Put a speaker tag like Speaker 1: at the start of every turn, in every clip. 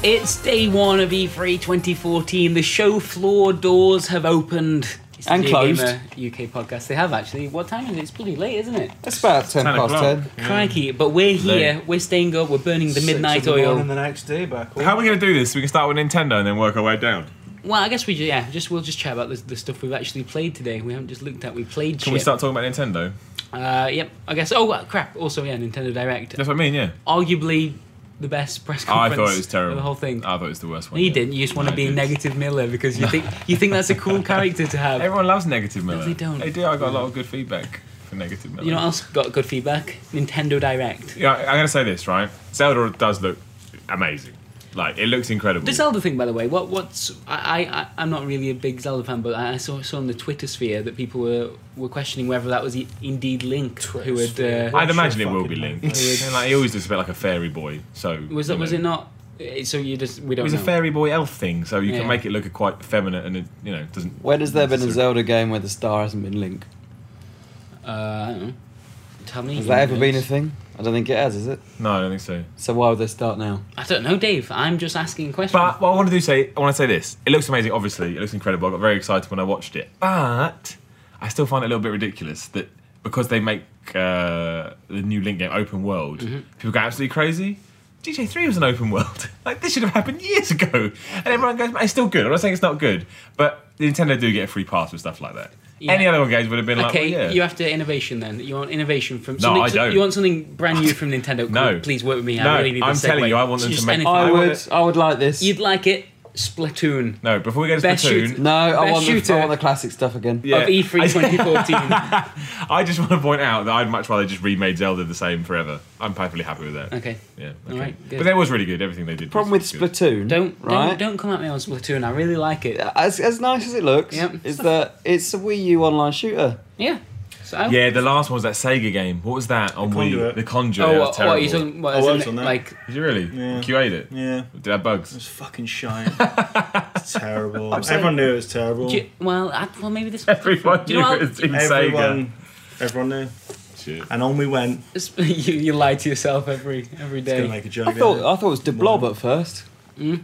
Speaker 1: It's day one of E E3 2014. The show floor doors have opened
Speaker 2: It's the
Speaker 1: and
Speaker 2: Video
Speaker 1: closed.
Speaker 2: Gamer UK podcast. They have actually. What time is it? It's pretty late, isn't it?
Speaker 3: It's about ten,
Speaker 4: 10
Speaker 3: past
Speaker 4: o'clock.
Speaker 3: ten.
Speaker 4: Yeah.
Speaker 1: Crikey, but we're here, we're staying up, we're burning the midnight oil.
Speaker 5: the next day back.
Speaker 4: How are we going to do this? We can start with Nintendo and then work our way down.
Speaker 1: Well, I guess we ju- yeah, just we'll just chat about the, the stuff we've actually played today. We haven't just looked at, we played
Speaker 4: Can
Speaker 1: shit.
Speaker 4: we start talking about Nintendo?
Speaker 1: Uh, yep, I guess. Oh, well, crap. Also, yeah, Nintendo Direct.
Speaker 4: That's what I mean, yeah.
Speaker 1: Arguably the best press
Speaker 4: I
Speaker 1: conference.
Speaker 4: thought it was terrible.
Speaker 1: of The whole thing.
Speaker 4: I thought it was the worst
Speaker 1: No,
Speaker 4: one.
Speaker 1: you
Speaker 4: yeah.
Speaker 1: didn't. You just want
Speaker 4: No,
Speaker 1: to
Speaker 4: I
Speaker 1: be a
Speaker 4: didn't.
Speaker 1: negative Miller because you think you think that's a cool character to have.
Speaker 4: Everyone loves Negative Miller.
Speaker 1: they don't.
Speaker 4: They do. I got a lot of good feedback for Negative Miller.
Speaker 1: You know what else got good feedback? Nintendo Direct.
Speaker 4: Yeah, I- I'm going to say this, right? Zelda does look amazing. Like, it looks incredible.
Speaker 1: The Zelda thing, by the way, what what's I, I I- I'm not really a big Zelda fan, but I I saw saw on the Twitter sphere that people were were questioning whether that was e- indeed Link who had
Speaker 5: Twittersphere.
Speaker 1: uh,
Speaker 4: I'd imagine it
Speaker 5: Sure
Speaker 4: will be
Speaker 5: fucking
Speaker 4: Link.
Speaker 5: Link.
Speaker 4: And, like, he always looks a bit like a fairy boy, so...
Speaker 1: was
Speaker 4: you
Speaker 1: that was
Speaker 4: know.
Speaker 1: it not? eh, So you just we
Speaker 4: It
Speaker 1: don't.
Speaker 4: was a
Speaker 1: know.
Speaker 4: fairy boy elf thing, so you
Speaker 1: Yeah.
Speaker 4: can make it look quite feminine and, it, you know, doesn't...
Speaker 3: When has there been a
Speaker 4: necessarily-
Speaker 3: Zelda game where the star hasn't been Link?
Speaker 1: Uh, I don't know. Tell me.
Speaker 3: Has that ever been a thing? I don't think it has, is it?
Speaker 4: No, I don't think so.
Speaker 3: So why would they start now?
Speaker 1: I don't know, Dave. I'm just asking a question.
Speaker 4: But what I want to do say, I want to say this. It looks amazing, obviously. It looks incredible. I got very excited when I watched it. But I still find it a little bit ridiculous that because they make uh, the new Link game open world,
Speaker 1: Mm-hmm.
Speaker 4: people go absolutely crazy. GTA 3 was an open world. like, this should have happened years ago. And everyone goes, it's still good. I'm not saying it's not good. But Nintendo do get a free pass with stuff like that.
Speaker 1: Yeah.
Speaker 4: Any other games would have been like,
Speaker 1: Okay,
Speaker 4: well, yeah.
Speaker 1: you have to innovation then. You want innovation from
Speaker 4: No,
Speaker 1: something,
Speaker 4: I don't.
Speaker 1: You want something brand new from Nintendo? Cool,
Speaker 4: No.
Speaker 1: please work with me. I
Speaker 4: No,
Speaker 1: really need
Speaker 4: I'm
Speaker 1: this
Speaker 4: telling
Speaker 1: segue.
Speaker 4: you, I want them
Speaker 1: Just
Speaker 4: to make-
Speaker 1: anything.
Speaker 4: I
Speaker 3: I
Speaker 4: want
Speaker 3: would.
Speaker 4: it.
Speaker 3: I would like this.
Speaker 1: You'd like it, Splatoon
Speaker 4: no, before we go to
Speaker 1: Best
Speaker 4: Splatoon,
Speaker 1: shooter.
Speaker 3: no, I
Speaker 1: Best
Speaker 3: want, the,
Speaker 1: shooter.
Speaker 3: I want the classic stuff again.
Speaker 4: Yeah.
Speaker 1: of E E3 2014.
Speaker 4: I just want to point out that I'd much rather just remade Zelda the same forever. I'm perfectly happy with that.
Speaker 1: okay,
Speaker 4: Yeah.
Speaker 1: All
Speaker 4: Okay.
Speaker 1: right, good.
Speaker 4: but that was really good. Everything they did.
Speaker 3: Problem with
Speaker 4: was good.
Speaker 3: Splatoon,
Speaker 1: don't
Speaker 3: right?
Speaker 1: don't, don't come at me on Splatoon. I really like it.
Speaker 3: As, as nice as it looks,
Speaker 1: Yep.
Speaker 3: is that it's a Wii U online shooter.
Speaker 1: Yeah. So I-
Speaker 4: Yeah, the last one was that Sega game. What was that on Wii?
Speaker 5: Conduit.
Speaker 4: The
Speaker 1: Oh,
Speaker 4: Conduit.
Speaker 1: what,
Speaker 4: that was
Speaker 1: what
Speaker 4: terrible.
Speaker 1: are you talking? What,
Speaker 5: I
Speaker 1: as in,
Speaker 5: was on that.
Speaker 1: Like
Speaker 4: Did you really?
Speaker 5: Yeah.
Speaker 4: QA'd it.
Speaker 5: Yeah,
Speaker 4: Did it have
Speaker 5: it
Speaker 4: bugs?
Speaker 5: was fucking shite. it's terrible.
Speaker 3: I'm saying-
Speaker 5: Everyone knew it was terrible.
Speaker 1: do you- well, I, well maybe this.
Speaker 4: Everyone
Speaker 1: do you know
Speaker 4: knew
Speaker 1: how-
Speaker 4: it was Team Sega.
Speaker 5: everyone, everyone knew.
Speaker 4: Shit.
Speaker 5: And on we went.
Speaker 1: you, you lie to yourself every every
Speaker 5: It's gonna
Speaker 1: day.
Speaker 5: make a joke.
Speaker 3: I thought
Speaker 5: isn't
Speaker 3: I thought it was De Blob at first.
Speaker 5: it?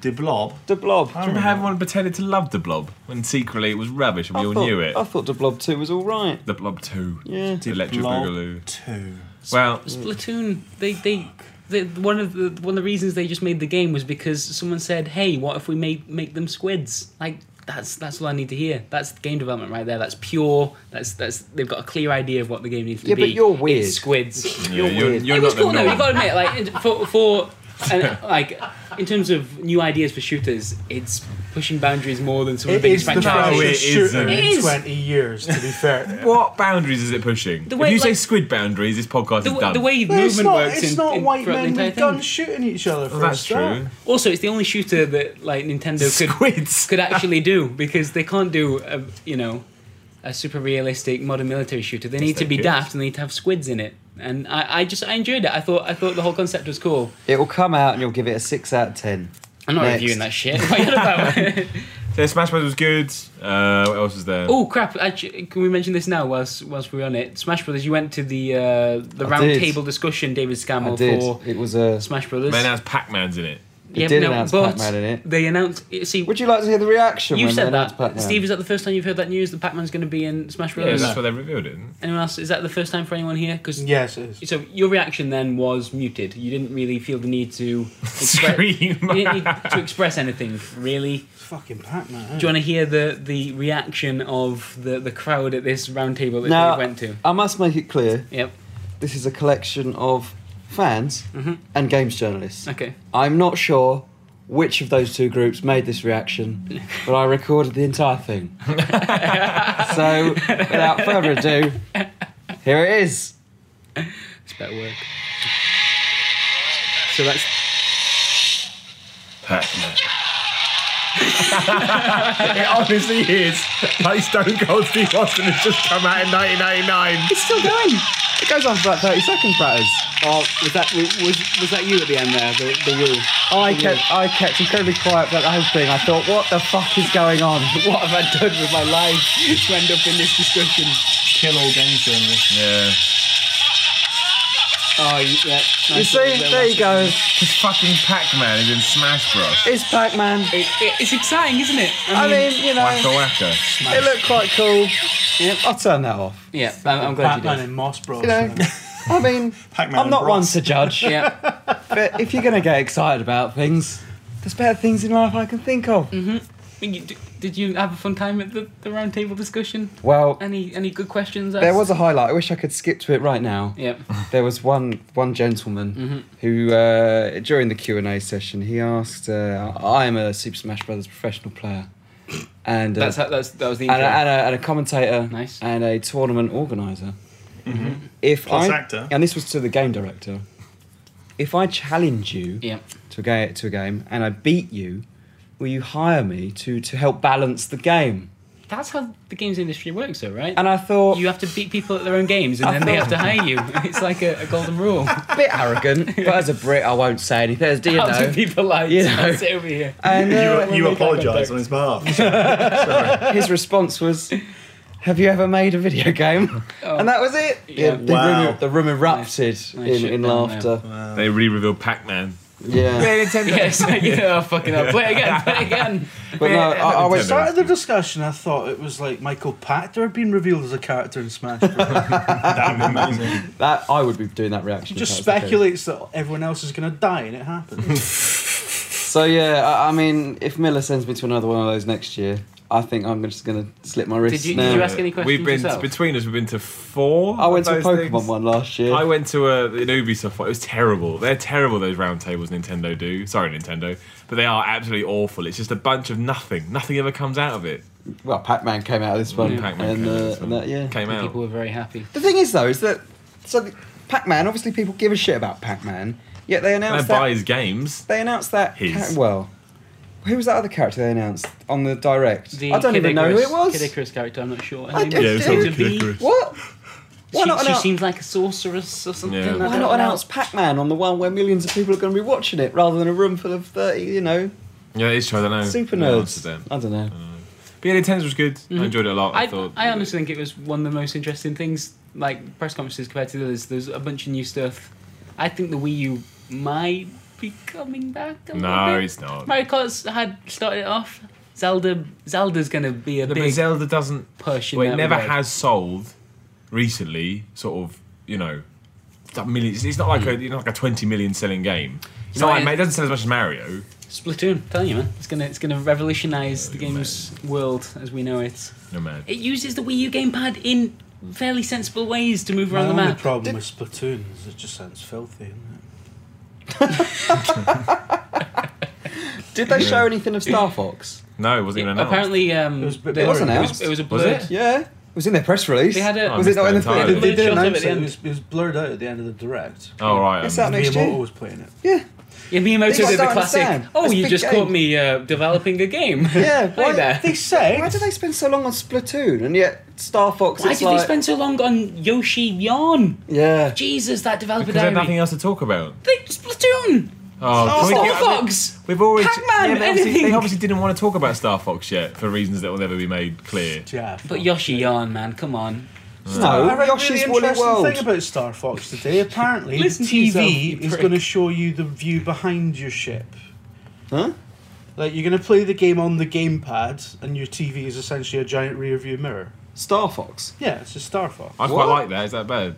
Speaker 5: the blob.
Speaker 3: De Blob.
Speaker 5: I
Speaker 4: Remember
Speaker 5: remember.
Speaker 4: how everyone pretended to love the Blob when secretly it was rubbish and we
Speaker 3: I
Speaker 4: all
Speaker 3: thought-
Speaker 4: knew it?
Speaker 3: I thought De Blob Two was all right.
Speaker 4: The Blob Two.
Speaker 3: Yeah.
Speaker 4: The Electric
Speaker 5: Blob
Speaker 4: Boogaloo.
Speaker 5: Two.
Speaker 4: Well,
Speaker 1: Splatoon. They they. The, one of the one of the reasons they just made the game was because someone said, "Hey, what if we made make them squids?" Like that's that's all I need to hear. That's game development right there. That's pure. That's that's they've got a clear idea of what the game needs to
Speaker 3: Yeah,
Speaker 1: be.
Speaker 3: but you're weird.
Speaker 1: It's squids.
Speaker 4: yeah, you're,
Speaker 3: weird.
Speaker 4: you're
Speaker 1: it
Speaker 4: not
Speaker 1: was
Speaker 4: the
Speaker 1: cool though.
Speaker 4: norm.
Speaker 1: You gotta admit, like it- for for and, like in terms of new ideas for shooters, it's pushing boundaries more than some of the
Speaker 5: It
Speaker 1: biggest
Speaker 5: is the
Speaker 1: franchises.
Speaker 4: No, it
Speaker 5: fastest shooter
Speaker 4: isn't.
Speaker 1: It
Speaker 5: in
Speaker 1: is.
Speaker 5: twenty years. To be fair,
Speaker 4: What boundaries is it pushing?
Speaker 1: The
Speaker 4: if
Speaker 1: way,
Speaker 4: you say
Speaker 1: like-
Speaker 4: squid boundaries, this podcast
Speaker 1: The,
Speaker 4: is
Speaker 1: w-
Speaker 4: done.
Speaker 1: the way
Speaker 5: But it's
Speaker 1: movement
Speaker 5: not.
Speaker 1: works
Speaker 5: It's
Speaker 1: in,
Speaker 5: not
Speaker 1: in,
Speaker 5: white
Speaker 1: throughout the
Speaker 5: men
Speaker 1: entire
Speaker 5: with
Speaker 1: thing.
Speaker 5: guns shooting each other. For
Speaker 4: well,
Speaker 5: a
Speaker 4: that's
Speaker 5: start.
Speaker 4: true.
Speaker 1: Also, it's the only shooter that like Nintendo could
Speaker 4: Squids.
Speaker 1: could actually do because they can't do a, you know a super realistic modern military shooter. They need
Speaker 4: they
Speaker 1: to be
Speaker 4: could.
Speaker 1: daft and they need to have squids in it. And I, I just I enjoyed it. I thought I thought the whole concept was cool.
Speaker 3: It will come out and you'll give it a six out of ten.
Speaker 1: I'm not
Speaker 3: Next.
Speaker 1: reviewing that shit. What are you on about?
Speaker 4: Yeah, Smash Bros was good. Uh, what else was there?
Speaker 1: Oh crap! Actually, can we mention this now? Whilst whilst we're on it, Smash Brothers. You went to the uh, the
Speaker 3: I
Speaker 1: round
Speaker 3: did.
Speaker 1: table discussion, David
Speaker 3: I
Speaker 1: Scammell
Speaker 3: did.
Speaker 1: for
Speaker 3: It was a.
Speaker 1: Smash Brothers.
Speaker 4: Man, now Pac-Man's in it.
Speaker 3: They did
Speaker 1: no,
Speaker 3: announce
Speaker 1: but
Speaker 3: Pac-Man in it.
Speaker 1: They announced. See,
Speaker 3: Would you like to hear the reaction?
Speaker 1: you
Speaker 3: when they
Speaker 1: said
Speaker 3: announced
Speaker 1: that.
Speaker 3: Pac-Man?
Speaker 1: Steve, is that the first time you've heard that news? That Pac-Man's going to be in Smash
Speaker 4: Yeah,
Speaker 1: Brothers.
Speaker 4: that's why they revealed it.
Speaker 1: Anyone else? Is that the first time for anyone here? Because
Speaker 5: Yes, it is.
Speaker 1: So your reaction then was muted. You didn't really feel the need to expre-
Speaker 4: Scream.
Speaker 1: you didn't need to express anything really.
Speaker 5: It's fucking Pac-Man.
Speaker 1: Do you want to hear the, the reaction of the, the crowd at this round table that
Speaker 3: Now-
Speaker 1: they went to?
Speaker 3: I must make it clear.
Speaker 1: Yep.
Speaker 3: This is a collection of fans and games journalists.
Speaker 1: Okay.
Speaker 3: I'm not sure which of those two groups made this reaction, but I recorded the entire thing. so, without further ado, here it is.
Speaker 1: It's better work. So that's
Speaker 4: Pac-Man. it honestly is. Like Stone Cold Steve Austin has just come out in 1999.
Speaker 3: It's still going. It goes on for about 30 seconds, Bratters.
Speaker 1: oh was that was was that you at the end there the the woo?
Speaker 3: I kept, I kept incredibly quiet about the whole thing. I thought, what the fuck is going on?
Speaker 1: What have I done with my life to end up in this discussion?
Speaker 5: kill all game journalists?
Speaker 4: Yeah.
Speaker 1: Oh, you- yeah.
Speaker 3: You
Speaker 1: nice
Speaker 3: see,
Speaker 1: little bit of
Speaker 3: there you go.
Speaker 4: Because fucking Pac-Man is in Smash Bros.
Speaker 3: It's Pac-Man.
Speaker 1: It, it, it's exciting, isn't it? Uh,
Speaker 3: I mean, you
Speaker 4: Wacka
Speaker 3: know,
Speaker 4: wacka.
Speaker 3: it looked quite cool. I'll turn that off.
Speaker 1: yeah, I'm, I'm glad
Speaker 5: Pac-Man
Speaker 1: you
Speaker 5: and Moss Bros.
Speaker 3: You know, I mean,
Speaker 5: Pac-Man
Speaker 3: I'm
Speaker 5: and
Speaker 3: not
Speaker 5: Bros.
Speaker 3: one to judge,
Speaker 1: did. Yeah,
Speaker 3: but if you're gonna get excited about things, there's better things in life I can think of.
Speaker 1: I mean, you, d- did you have a fun time at the, the round table discussion?
Speaker 3: Well,
Speaker 1: Any any good questions?
Speaker 3: there was a highlight. I wish I could skip to it right now.
Speaker 1: Yep.
Speaker 3: There was one one gentleman who, uh, during the Q and A session, he asked, uh, "I am a Super Smash Brothers professional player," and uh,
Speaker 1: That's how, that's that was the
Speaker 3: and,
Speaker 1: intro.
Speaker 3: a, and, a, and a commentator
Speaker 1: Nice.
Speaker 3: and a tournament organizer If
Speaker 5: Plus
Speaker 3: I,
Speaker 5: Mm-hmm. actor.
Speaker 3: And this was to the game director. If I challenge you
Speaker 1: yeah.
Speaker 3: to, a ga- to a game and I beat you, will you hire me to, to help balance the game?
Speaker 1: That's how the games industry works, though, right?
Speaker 3: And I thought,
Speaker 1: you have to beat people at their own games, and
Speaker 3: I
Speaker 1: then they have
Speaker 3: thought-
Speaker 1: to hire you. It's like a, a golden rule.
Speaker 3: a bit arrogant, but as a Brit, I won't say anything. as Do you
Speaker 1: How do
Speaker 3: know?
Speaker 1: people like
Speaker 3: You
Speaker 1: you
Speaker 3: know.
Speaker 1: sit over here?
Speaker 3: And uh,
Speaker 5: You, you apologise on his behalf. Sorry.
Speaker 3: his response was, Have you ever made a video game?
Speaker 1: Oh.
Speaker 3: And that was it.
Speaker 1: Yeah.
Speaker 3: The,
Speaker 5: Wow.
Speaker 3: room, the room erupted
Speaker 1: Nice
Speaker 3: in,
Speaker 1: shit
Speaker 3: in
Speaker 1: down
Speaker 3: laughter.
Speaker 4: They re-revealed Pac-Man.
Speaker 3: Yeah.
Speaker 1: Yeah, it's like, you know, oh, fucking hell. Play it again, play it again. uh,
Speaker 3: But no, I, I
Speaker 5: When we
Speaker 3: was.
Speaker 5: started the discussion, I thought it was like Michael Pachter being revealed as a character in Smash Bros.
Speaker 4: That'd be amazing.
Speaker 3: That I would be doing that reaction.
Speaker 5: It
Speaker 3: if
Speaker 5: just
Speaker 3: that was the case.
Speaker 5: speculates that everyone else is going to die and it happens.
Speaker 3: So yeah, I, I mean, if Miller sends me to another one of those next year, I think I'm just gonna slip my wrist.
Speaker 1: Did you-
Speaker 3: now.
Speaker 1: did you ask any questions
Speaker 4: We've been
Speaker 1: yourself?
Speaker 4: between us. We've been to four.
Speaker 3: I went to a Pokemon
Speaker 4: of those things.
Speaker 3: one last year.
Speaker 4: I went to a, an Ubisoft one. It was terrible. They're terrible. Those round tables Nintendo do. Sorry, Nintendo, but they are absolutely awful. It's just a bunch of nothing. Nothing ever comes out of it.
Speaker 3: well, Pac-Man came out of this one,
Speaker 4: Pac-Man
Speaker 3: and,
Speaker 4: came out
Speaker 3: uh,
Speaker 4: of this
Speaker 3: and
Speaker 4: one.
Speaker 3: that, yeah.
Speaker 4: Came out.
Speaker 1: People were very happy.
Speaker 3: The thing is, though, is that so the, Pac-Man. Obviously, people give a shit about Pac-Man. Yet they
Speaker 4: They
Speaker 3: announced
Speaker 4: buy
Speaker 3: that
Speaker 4: his games.
Speaker 3: they announced that
Speaker 4: His.
Speaker 3: ca- well, who was that other character they announced on the direct?
Speaker 1: The
Speaker 3: I don't
Speaker 1: Kid
Speaker 3: even
Speaker 1: Icarus,
Speaker 3: know who it was.
Speaker 1: Kid Icarus character, I'm not sure.
Speaker 3: I
Speaker 1: Her name
Speaker 3: just-
Speaker 1: is-
Speaker 3: Yeah, it was probably
Speaker 1: Kid Icarus.
Speaker 3: What? Why
Speaker 1: she,
Speaker 3: not
Speaker 1: she
Speaker 3: announce?
Speaker 1: seems like a sorceress or something.
Speaker 4: Yeah.
Speaker 1: I
Speaker 3: why
Speaker 1: don't know.
Speaker 3: not announce Pac-Man on the one where millions of people are going to be watching it, rather than a room full of thirty, you know,
Speaker 4: Yeah, it's true. I don't know.
Speaker 3: super
Speaker 4: No
Speaker 3: nerds?
Speaker 4: answer to them.
Speaker 3: I don't know.
Speaker 4: But yeah, Nintendo was good. I enjoyed it a lot. I,
Speaker 1: Mm-hmm. I,
Speaker 4: thought.
Speaker 1: I honestly think it was one of the most interesting things, like press conferences compared to the others. There's a bunch of new stuff. I think the Wii U might be coming back. A
Speaker 4: No,
Speaker 1: little bit.
Speaker 4: it's not.
Speaker 1: Mario Kart's had started it off. Zelda, Zelda's gonna be a
Speaker 4: No, but
Speaker 1: big
Speaker 4: Zelda doesn't.
Speaker 1: push. In
Speaker 4: Well, it
Speaker 1: that
Speaker 4: never
Speaker 1: regard.
Speaker 4: has sold recently. Sort of, you know, that millions. It's not like
Speaker 3: Hmm.
Speaker 4: a, you know, like a twenty million selling game. It's
Speaker 1: No,
Speaker 4: not like,
Speaker 1: it-
Speaker 4: mate, it doesn't sell as much as Mario.
Speaker 1: Splatoon. I'm telling you, man, it's gonna it's gonna revolutionise the games world as we know it.
Speaker 4: No man.
Speaker 1: It uses the Wii U gamepad in fairly sensible ways to move
Speaker 5: My
Speaker 1: around the
Speaker 5: only
Speaker 1: map.
Speaker 5: problem with Splatoon is it just sounds filthy. Isn't
Speaker 3: Did they show anything of Star Fox?
Speaker 4: No, it wasn't even announced.
Speaker 1: Apparently, um,
Speaker 5: It was a bit
Speaker 1: they-
Speaker 3: It wasn't
Speaker 5: blurry.
Speaker 1: it
Speaker 3: announced.
Speaker 1: was, it was a
Speaker 4: Was
Speaker 1: blurred.
Speaker 4: it?
Speaker 3: yeah, it was in their press release.
Speaker 1: They had a.
Speaker 4: Oh, I
Speaker 3: was it
Speaker 4: missed
Speaker 3: not
Speaker 4: that
Speaker 3: in the thing?
Speaker 4: entirely.
Speaker 3: They, they
Speaker 1: They
Speaker 3: didn't
Speaker 1: showed
Speaker 5: It?
Speaker 1: Up
Speaker 3: announce
Speaker 1: at the
Speaker 5: it,
Speaker 1: end.
Speaker 5: was, it was blurred out at the end of the direct.
Speaker 4: Oh right.
Speaker 3: It's
Speaker 4: um,
Speaker 3: out next
Speaker 5: Miyamoto
Speaker 3: year.
Speaker 5: was playing it.
Speaker 3: Yeah,
Speaker 1: Yeah, Miyamoto
Speaker 3: They
Speaker 1: did the
Speaker 3: don't
Speaker 1: classic.
Speaker 3: understand.
Speaker 1: Oh,
Speaker 3: It's a
Speaker 1: you
Speaker 3: big
Speaker 1: just
Speaker 3: game."
Speaker 1: caught me uh, developing a game.
Speaker 3: yeah.
Speaker 1: Hi there.
Speaker 5: They said
Speaker 3: Why do they spend so long on Splatoon and yet Star Fox?
Speaker 1: Why
Speaker 3: it's
Speaker 1: did
Speaker 3: like,
Speaker 1: they spend so long on Yoshi Yarn?
Speaker 3: Yeah,
Speaker 1: Jesus, that developer
Speaker 4: Because they had
Speaker 1: diary.
Speaker 4: nothing else to talk about.
Speaker 1: They, Splatoon,
Speaker 4: Oh,
Speaker 1: Star
Speaker 4: can we get-
Speaker 1: Fox.
Speaker 4: We've already.
Speaker 1: Pac-Man,
Speaker 4: but obviously-
Speaker 1: anything.
Speaker 4: They obviously didn't want to talk about Star Fox yet for reasons that will never be made clear.
Speaker 5: Yeah,
Speaker 1: But Yoshi Yarn, man, come on.
Speaker 3: no.
Speaker 5: I read a really
Speaker 3: Yoshi's Woolly
Speaker 5: interesting
Speaker 3: World.
Speaker 5: thing about Star Fox today. Apparently, the
Speaker 1: Listen to yourself, you
Speaker 5: TV is
Speaker 1: prick.
Speaker 5: going to show you the view behind your ship.
Speaker 3: Huh?
Speaker 5: Like you're going to play the game on the gamepad, and your TV is essentially a giant rear-view mirror.
Speaker 3: Star Fox.
Speaker 5: Yeah, it's a Star Fox.
Speaker 4: I quite
Speaker 3: What?
Speaker 4: like that. Is that bad?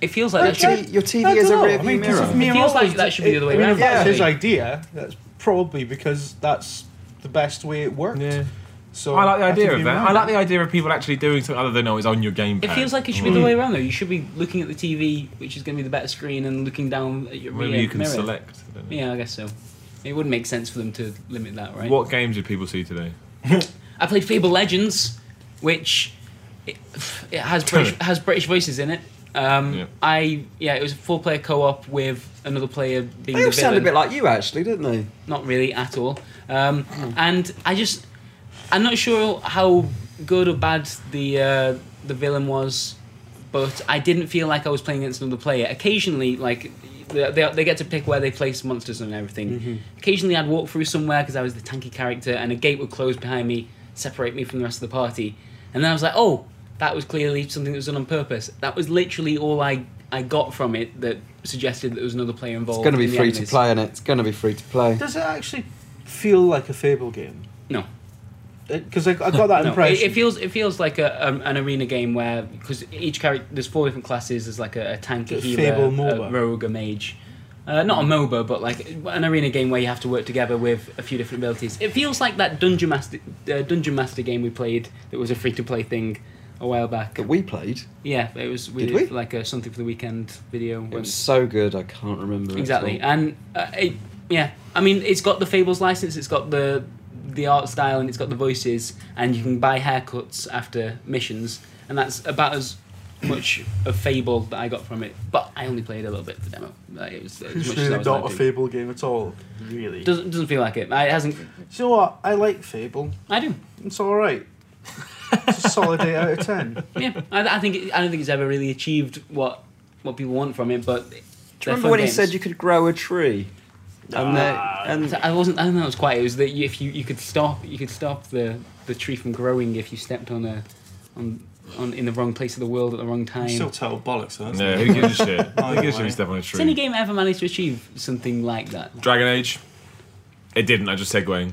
Speaker 1: It feels like
Speaker 3: Your,
Speaker 1: that. should-
Speaker 3: t- your TV
Speaker 5: I
Speaker 3: is a
Speaker 5: dunno,
Speaker 3: rearview
Speaker 5: I mean, 'cause
Speaker 3: mirror.
Speaker 5: if me
Speaker 1: It
Speaker 5: and
Speaker 1: feels
Speaker 5: Rob
Speaker 1: like
Speaker 5: was-
Speaker 1: that should be the other way
Speaker 5: I mean,
Speaker 1: around,
Speaker 5: if that's his
Speaker 1: actually.
Speaker 5: idea. That's probably because that's the best way it worked. So
Speaker 4: I like the idea
Speaker 5: think
Speaker 4: of
Speaker 5: you're
Speaker 4: that. I
Speaker 5: right.
Speaker 4: like the idea of people actually doing something other than oh, it's on your gamepad.
Speaker 1: It feels like it should
Speaker 4: Mm.
Speaker 1: be the way around though. You should be looking at the TV, which is going to be the better screen, and looking down at your
Speaker 4: Maybe
Speaker 1: rear
Speaker 4: you can
Speaker 1: mirror.
Speaker 4: select. I don't know.
Speaker 1: Yeah, I guess so. It would make sense for them to limit that, right?
Speaker 4: What games did people see today?
Speaker 1: I played Fable Legends, which it, it has British has British voices in it. Um,
Speaker 4: Yeah.
Speaker 1: I yeah, it was a four player co op with another player being
Speaker 3: They
Speaker 1: the
Speaker 3: all sound a
Speaker 1: villain.
Speaker 3: bit like you, actually, didn't they?
Speaker 1: Not really at all. Um,
Speaker 3: Hmm.
Speaker 1: and I just I'm not sure how good or bad the uh, the villain was, but I didn't feel like I was playing against another player. Occasionally, like. They, they, they get to pick where they place monsters and everything.
Speaker 3: Mm-hmm.
Speaker 1: Occasionally, I'd walk through somewhere because I was the tanky character, and a gate would close behind me, separate me from the rest of the party. And then I was like, "Oh, that was clearly something that was done on purpose." That was literally all I I got from it that suggested that there was another player involved.
Speaker 3: It's going to be
Speaker 1: in the
Speaker 3: free to
Speaker 1: enemies.
Speaker 3: play, and it's going to be free to play.
Speaker 5: Does it actually feel like a Fable game?
Speaker 1: No.
Speaker 5: Because I, I got that
Speaker 1: No, it,
Speaker 5: impression.
Speaker 1: it feels it feels like a um, an arena game where because each character there's four different classes. There's like a, a tank, a
Speaker 5: A
Speaker 1: healer,
Speaker 5: Fable
Speaker 1: a
Speaker 5: MOBA.
Speaker 1: rogue, a mage. Uh, not a MOBA, but like an arena game where you have to work together with a few different abilities. It feels like that Dungeon Master uh, Dungeon Master game we played that was a free to play thing a while back.
Speaker 3: That we played.
Speaker 1: Yeah, it was we
Speaker 3: Did
Speaker 1: did,
Speaker 3: we?
Speaker 1: like a something for the weekend video.
Speaker 3: It
Speaker 1: when-
Speaker 3: was so good, I can't remember. it
Speaker 1: exactly,
Speaker 3: at all.
Speaker 1: and uh, it, yeah, I mean it's got the Fables license, it's got the the art style, and it's got the voices, and you can buy haircuts after missions, and that's about as much of Fable that I got from it. But I only played a little bit of the demo. Like, it was as
Speaker 5: it's
Speaker 1: much as I
Speaker 5: really
Speaker 1: was
Speaker 5: not
Speaker 1: allowed
Speaker 5: a
Speaker 1: to.
Speaker 5: Fable game at all, really. Do
Speaker 1: Doesn't doesn't feel like it. I, it hasn't.
Speaker 5: you know what? I like Fable.
Speaker 1: I do.
Speaker 5: It's all right. It's a solid eight out of ten.
Speaker 1: Yeah, I, I think it, I don't think it's ever really achieved what what people want from it, but.
Speaker 3: Do you remember when he said you could grow a tree? And,
Speaker 5: Ah.
Speaker 3: the, and
Speaker 1: So I wasn't. I don't know. It was quite. It was that you, if you, you could stop you could stop the, the tree from growing if you stepped on a on, on in the wrong place of the world at the wrong time.
Speaker 6: Still total bollocks, though. isn't
Speaker 4: No,
Speaker 6: it?
Speaker 4: who gives a shit? Who
Speaker 6: Either
Speaker 4: gives a shit
Speaker 6: way.
Speaker 4: if step on a
Speaker 1: Has any
Speaker 4: tree?
Speaker 1: game ever managed to achieve something like that?
Speaker 4: Dragon Age. It didn't. I just segueing.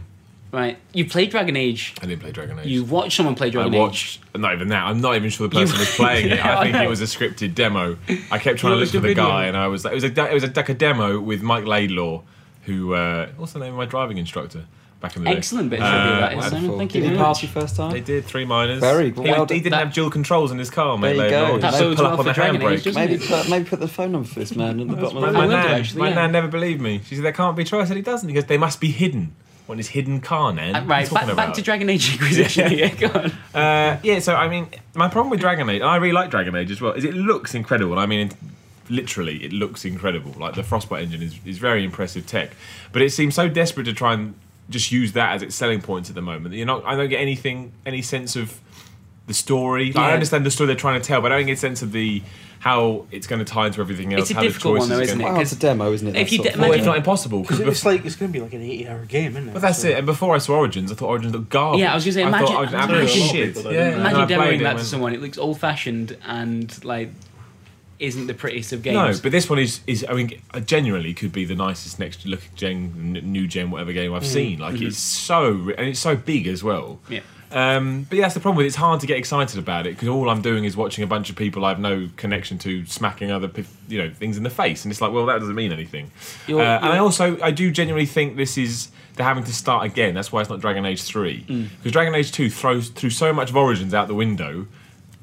Speaker 1: Right. You played Dragon Age.
Speaker 4: I didn't play Dragon Age.
Speaker 1: You watched someone play
Speaker 4: I
Speaker 1: Dragon Age.
Speaker 4: watched. Not even that. I'm not even sure the person was playing it.
Speaker 1: Yeah, I
Speaker 4: I think
Speaker 1: know.
Speaker 4: it was a scripted demo. I kept trying to look
Speaker 1: watched
Speaker 4: for
Speaker 1: a
Speaker 4: the
Speaker 1: video.
Speaker 4: guy, and I was like, it was a de- it was a, like a demo with Mike Laidlaw, who uh, what's the name of my driving instructor back in the day.
Speaker 1: Excellent bit of
Speaker 4: Uh,
Speaker 1: trivia that is.
Speaker 4: wonderful.
Speaker 1: Simon. Thank you.
Speaker 3: did he
Speaker 1: very
Speaker 3: pass
Speaker 1: much.
Speaker 3: you first time?
Speaker 4: They did three minors.
Speaker 3: Very
Speaker 4: he,
Speaker 3: well
Speaker 4: he didn't
Speaker 1: done.
Speaker 4: have dual controls in his car, mate.
Speaker 3: There you go.
Speaker 4: Laidlaw.
Speaker 3: That
Speaker 4: Just
Speaker 1: bodes
Speaker 4: pull
Speaker 1: well
Speaker 4: up on
Speaker 1: for
Speaker 4: the
Speaker 1: Dragon Age,
Speaker 4: handbrake.
Speaker 1: doesn't
Speaker 3: Maybe put, maybe put the phone number for this man at the bottom of
Speaker 4: My,
Speaker 3: the
Speaker 1: I
Speaker 4: my,
Speaker 1: will do,
Speaker 4: nan,
Speaker 1: actually,
Speaker 4: my
Speaker 1: yeah.
Speaker 4: nan never believed me. She said there can't be true. I said he doesn't. He goes, they must be hidden. What in his hidden car, Nan?
Speaker 1: Uh,
Speaker 4: What are you
Speaker 1: right.
Speaker 4: talking
Speaker 1: Back, back
Speaker 4: about?
Speaker 1: to Dragon Age Inquisition. Yeah. go on.
Speaker 4: Uh, yeah, so I mean, my problem with Dragon Age, and I really like Dragon Age as well, is it looks incredible. And I mean, it- literally, it looks incredible. Like the Frostbite engine is, is very impressive tech, but it seems so desperate to try and just use that as its selling points at the moment. You're not, I don't get anything, any sense of the story. Like, I
Speaker 1: Yeah.
Speaker 4: understand the story they're trying to tell, but I don't get a sense of the how it's going to tie into everything else.
Speaker 1: It's a
Speaker 4: how
Speaker 1: difficult
Speaker 4: the
Speaker 1: one, though,
Speaker 4: choices
Speaker 1: isn't
Speaker 4: are
Speaker 1: it?
Speaker 4: gonna-
Speaker 3: Well, it's a demo, isn't it?
Speaker 1: If you
Speaker 3: That's
Speaker 1: did-
Speaker 3: sort
Speaker 4: Well,
Speaker 3: of
Speaker 4: if
Speaker 1: imagine-
Speaker 4: not impossible,
Speaker 5: Because
Speaker 4: because
Speaker 5: it's like it's going to be like an eight-hour game, isn't it?
Speaker 4: But that's
Speaker 5: So-
Speaker 4: it. And before I saw Origins, I thought Origins looked garbage.
Speaker 1: Yeah, I was gonna say,
Speaker 4: I
Speaker 1: imagine-
Speaker 4: thought Origins-
Speaker 1: imagine-
Speaker 4: ah,
Speaker 1: Yeah, a lot of
Speaker 4: shit.
Speaker 6: people
Speaker 4: Yeah,
Speaker 6: don't know.
Speaker 4: and I
Speaker 1: Imagine
Speaker 4: played
Speaker 1: demoing
Speaker 4: it
Speaker 1: that
Speaker 4: and
Speaker 1: to
Speaker 4: went,
Speaker 1: someone. It looks old fashioned and like isn't the prettiest of games.
Speaker 4: No, but this one is is I mean uh, genuinely could be the nicest next look gen n- new gen whatever game I've seen. Like it's so ri- and it's so big as well.
Speaker 1: Mm. Mm-hmm. Yeah.
Speaker 4: Um, but yeah, that's the problem with it. It's hard to get excited about it because all I'm doing is watching a bunch of people I've no connection to smacking other pe- you know things in the face, and it's like, well, that doesn't mean anything.
Speaker 1: You're-
Speaker 4: Uh, and I
Speaker 1: you're-
Speaker 4: also I do genuinely think this is they're having to start again. That's why it's not Dragon Age three
Speaker 1: Mm.
Speaker 4: because Dragon Age two throws threw so much of Origins out the window.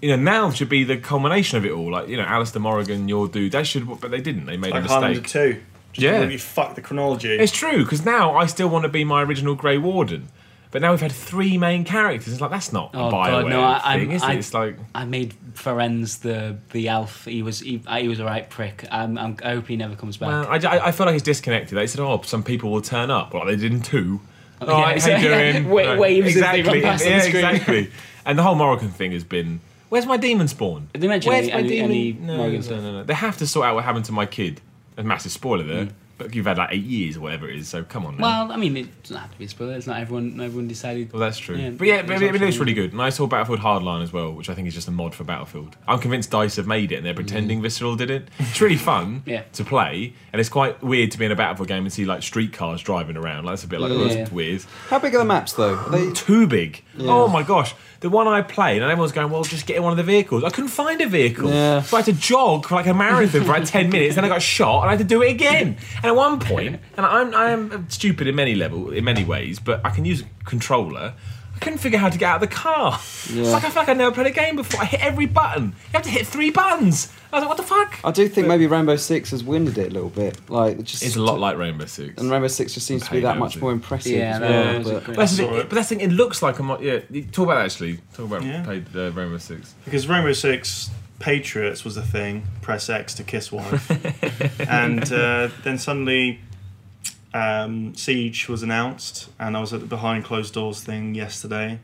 Speaker 4: You know, now should be the culmination of it all. Like you know, Alistair Morrigan, your dude, they should, but they didn't. They made
Speaker 6: Like
Speaker 4: a
Speaker 6: Highlander
Speaker 4: mistake.
Speaker 6: 2. Just
Speaker 4: Yeah.
Speaker 6: really fuck the chronology.
Speaker 4: It's true because now I still want to be my original Grey Warden, but now we've had three main characters. It's like that's not
Speaker 1: Oh,
Speaker 4: a Bioware
Speaker 1: God, no, I- I'm-
Speaker 4: thing, is
Speaker 1: I-
Speaker 4: it? It's like
Speaker 1: I made Ferenz the the elf. He was he, uh, he was a right prick. I'm, I'm, I hope he never comes back.
Speaker 4: well, uh, I, I, I feel like it's disconnected. They said, oh, some people will turn up. Well, they did in two.
Speaker 1: Oh, Yeah,
Speaker 4: All right, how you
Speaker 1: exactly.
Speaker 4: doing?
Speaker 1: Wa-
Speaker 4: Right.
Speaker 1: waves as they run
Speaker 4: exactly.
Speaker 1: past on the
Speaker 4: yeah,
Speaker 1: screen.
Speaker 4: exactly. And the whole Morrigan thing has been, where's my demon spawn?
Speaker 1: Did they mention
Speaker 4: Where's
Speaker 1: any-
Speaker 4: my
Speaker 1: any-
Speaker 4: demon?
Speaker 1: any
Speaker 4: no,
Speaker 1: Morrigan
Speaker 4: no,
Speaker 1: stuff?
Speaker 4: no, no. They have to sort out what happened to my kid. A massive spoiler there.
Speaker 1: Mm.
Speaker 4: But you've had like eight years or whatever it is, so come on. now.
Speaker 1: Well, I mean, it doesn't have to be a spoiler. It's not everyone. Not everyone decided.
Speaker 4: Well, that's true.
Speaker 1: Yeah,
Speaker 4: but yeah, but,
Speaker 1: it's
Speaker 4: but it looks
Speaker 1: absolutely-
Speaker 4: really good. And I saw Battlefield Hardline as well, which I think is just a mod for Battlefield. I'm convinced DICE have made it and they're pretending Visceral did it. It's really fun
Speaker 1: Mm. Yeah.
Speaker 4: to play, and it's quite weird to be in a Battlefield game and see like street cars driving around. Like, that's a bit like, oh,
Speaker 1: Yeah.
Speaker 4: that's weird.
Speaker 3: How big are the maps, though? Are
Speaker 1: Mm.
Speaker 3: they-
Speaker 4: Too big. Oh my gosh. The one I played, and everyone's going, well, just get in one of the vehicles. I couldn't find a vehicle.
Speaker 3: Yeah.
Speaker 4: So I had to jog for like a marathon for like 10 minutes, then I got shot, and I had to do it again. And at one point, and I'm, I'm stupid in many level, in many ways, but I can use a controller. I couldn't figure out how to get out of the car.
Speaker 3: Yeah.
Speaker 4: It's like I feel like I never played a game before. I hit every button. You have to hit three buttons. I was like, what the fuck?
Speaker 3: I do think maybe Rainbow Six has winded it a little bit. Like it just
Speaker 4: It's a lot like Rainbow Six.
Speaker 3: and Rainbow Six just seems to be that much more impressive.
Speaker 1: Yeah,
Speaker 3: as
Speaker 1: that
Speaker 3: well,
Speaker 1: was a
Speaker 3: but-
Speaker 1: great-
Speaker 4: But that's, the
Speaker 6: Saw
Speaker 4: thing-
Speaker 6: it.
Speaker 4: but that's the thing. It looks like a mo- yeah. you- Talk about it, actually. Talk about
Speaker 6: Yeah.
Speaker 4: played uh, Rainbow Six.
Speaker 6: Because Rainbow Six Patriots was a thing. Press X to kiss wife. and uh, then suddenly um, Siege was announced, and I was at the behind closed doors thing yesterday.